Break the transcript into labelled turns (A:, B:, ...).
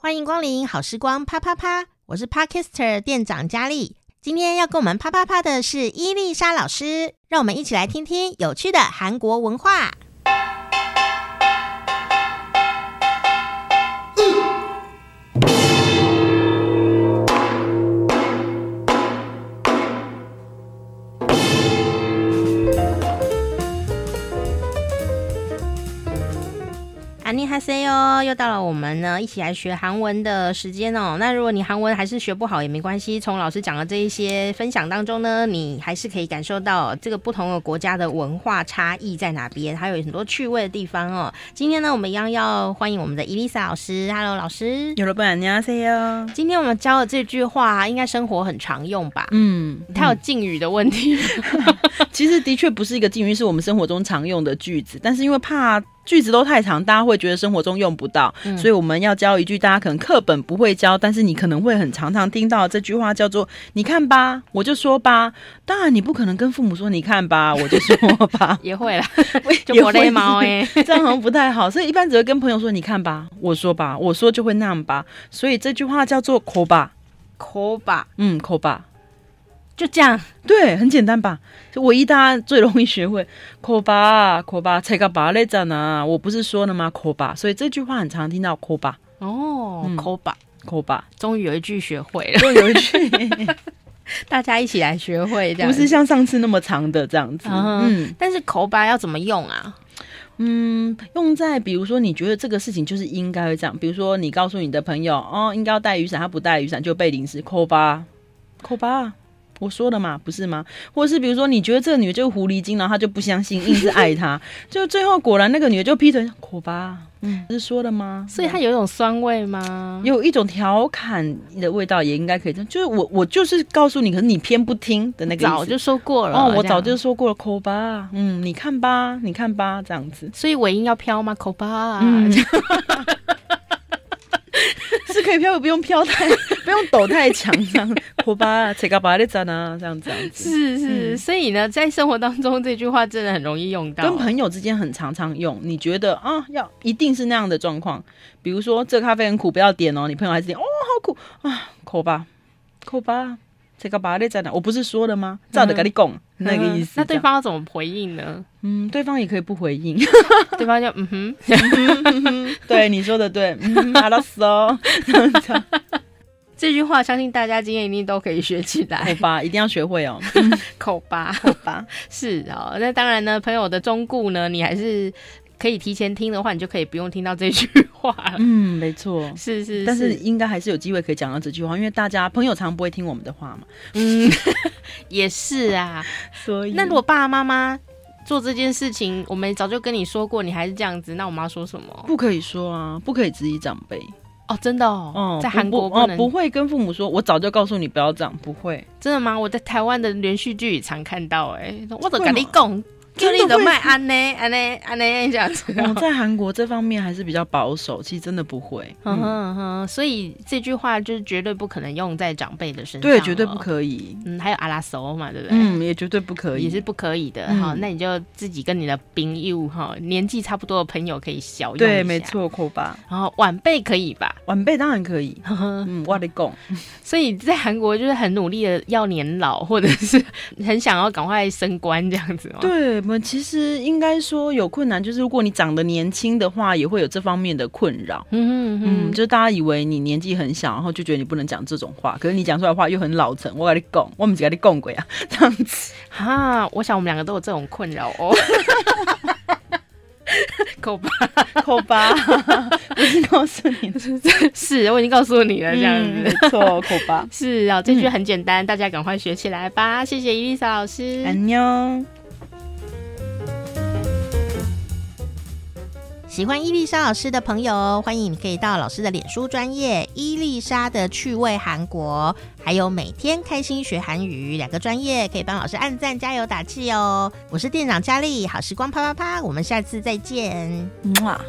A: 欢迎光临好时光啪啪啪，我是 Parkister 店长佳丽。今天要跟我们啪啪啪的是伊丽莎老师，让我们一起来听听有趣的韩国文化。안녕하세요，又到了我们呢一起来学韩文的时间哦。那如果你韩文还是学不好也没关系，从老师讲的这一些分享当中呢，你还是可以感受到这个不同的国家的文化差异在哪边，还有很多趣味的地方哦。今天呢，我们一样要欢迎我们的伊丽莎老师，Hello 老师。
B: 여러분 안녕하세요.
A: 今天我们教的这句话应该生活很常用吧？
B: 嗯，
A: 它有敬语的问 题，
B: 其实的确不是一个敬语，是我们生活中常用的句子，但是因为怕句子都太长，大家会觉得生活中用不到，
A: 嗯
B: 所以我们要教一句大家可能课本不会教，但是你可能会很常常听到这句话，叫做“你看吧，我就说吧”。当然，你不可能跟父母说“你看吧，我就说 吧，
A: 也会 啦，”就
B: 也
A: 我
B: 会
A: 累猫哎。
B: 这样好像不太好，所以一般只会跟朋友说“你看吧，我说吧，我说就会那样吧”。所以这句话叫做“口吧
A: 口吧，”，
B: 嗯，口吧。
A: 就这样。
B: 对，很简单吧？就唯一大家最容易学会口吧口吧，才个吧嘞咋呢？啊我不是说了吗？口吧，所以这句话很常听到口吧
A: 哦，
B: 嗯
A: 口吧，
B: 口吧，
A: 终于有一句学会了，
B: 就有一句
A: 大家一起来学会这样
B: 不
A: 子。
B: 是像上次那么长的这样子。
A: 嗯
B: 嗯
A: 但是口吧要怎么用啊？
B: 嗯，用在比如说你觉得这个事情就是应该会这样，比如说你告诉你的朋友哦，应该要带雨伞，他不带雨伞就被淋湿，口吧口吧。我说的嘛，不是吗？或者是比如说，你觉得这个女的就是狐狸精，然后他就不相信，硬是 爱她，就最后果然那个女的就劈腿，口吧，嗯，是说的吗？
A: 所以它有一种酸味吗？
B: 有一种调侃的味道，也应该可以这样。就是我，我就是告诉你，可是你偏不听的那个意思
A: 早就说过了
B: 哦，我
A: 这样
B: 早就说过了，口吧，嗯，你看吧，你看吧，这样子，
A: 所以尾音要飘吗？口吧，，
B: 嗯 是可以飘，不用飘太，不用抖太强，这 样，口吧，切嘎巴列赞啊，这样这样 子。
A: 是是。所以呢，在生活当中这句话真的很容易用到。
B: 跟朋友之间很常常用，你觉得啊，要一定是那样的状况，比如说这咖啡很苦，不要点哦，你朋友还是点哦，好苦啊，口吧，口吧，这个巴列在哪？我不是说了吗？照着跟你讲、嗯那个意思
A: 嗯。那
B: 这
A: 对
B: 样
A: 方要怎么回应呢？
B: 嗯，对方也可以不回应。
A: 对方就嗯哼，
B: 对，你说的对。嗯，阿拉斯哦，
A: 这句话相信大家今天一定都可以学起
B: 口
A: 来。
B: 吧，哎一定要学会哦。
A: 口吧，
B: 口吧，
A: 是哦。那当然呢，朋友的忠告呢，你还是可以提前听的话，你就可以不用听到这句话 了。
B: 嗯，没错。
A: 是是，
B: 但是应该还是有机会可以讲到这句话，因为大家朋友常不会听我们的话嘛。
A: 嗯，也是啊。
B: 所以
A: 那如果爸爸妈妈做这件事情，我们早就跟你说过，你还是这样子，那我妈说什么？
B: 不可以说啊，不可以质疑长辈。
A: 哦，真的哦，
B: 哦，
A: 在
B: 不
A: 韩国
B: 不哦
A: 能，
B: 不会跟父母说，我早就告诉你不要这样，不 会。
A: 真的吗？我在台湾的连续剧里常看到、欸，哎，我都
B: 会
A: 跟你
B: 吗
A: 讲，就
B: 真
A: 你
B: 的
A: 的
B: 会
A: 卖安呢，安呢，安呢这样子、
B: 我哦在韩国这方面还是比较保守，其实真的不会。
A: 嗯哼
B: 嗯，
A: 嗯哼，所以这句话就是绝对不可能用在长辈的身上，
B: 对，绝对不。可以。
A: 嗯，还有阿拉索嘛，对不对？
B: 嗯，也绝对不可以。
A: 也是不可以的
B: 嗯
A: 哈、那你就自己跟你的朋友哈，年纪差不多的朋友可以小用一
B: 对，
A: 下
B: 没。错，口吧。
A: 然后晚辈可以吧？
B: 晚辈当然可 以。嗯，我得讲。
A: 所以在韩国就是很努力的要年老，或者是 很想要赶快升官这样子吗？，
B: 对，我们其实应该说有困难，就是如果你长得年轻的话，也会有这方面的困扰。
A: 嗯
B: 嗯，
A: 嗯嗯，
B: 就大家以为你年纪很小，然后就觉得你不能讲这种话，可是你讲出来的话又很老成。我跟你讲，我们只跟你讲 鬼啊，这样子。
A: 哈，我想我们两个都有这种困扰 哦。 口吧，
B: 扣 吧，我是告诉你的，
A: 是我已经告诉你了，这样
B: 嗯
A: 子、
B: 没错，扣 吧。
A: 是啊、这句很简单，大家赶快学起来吧。谢谢伊丽莎老师，
B: 安妞。
A: 喜欢伊丽莎老师的朋友，欢迎你可以到老师的脸书专业“伊丽莎的趣味韩国”，还有“每天开心学韩语”两个专业，可以帮老师按赞、加油、打气哦。我是店长佳丽，好时光啪啪啪，我们下次再见。
B: 嗯啊。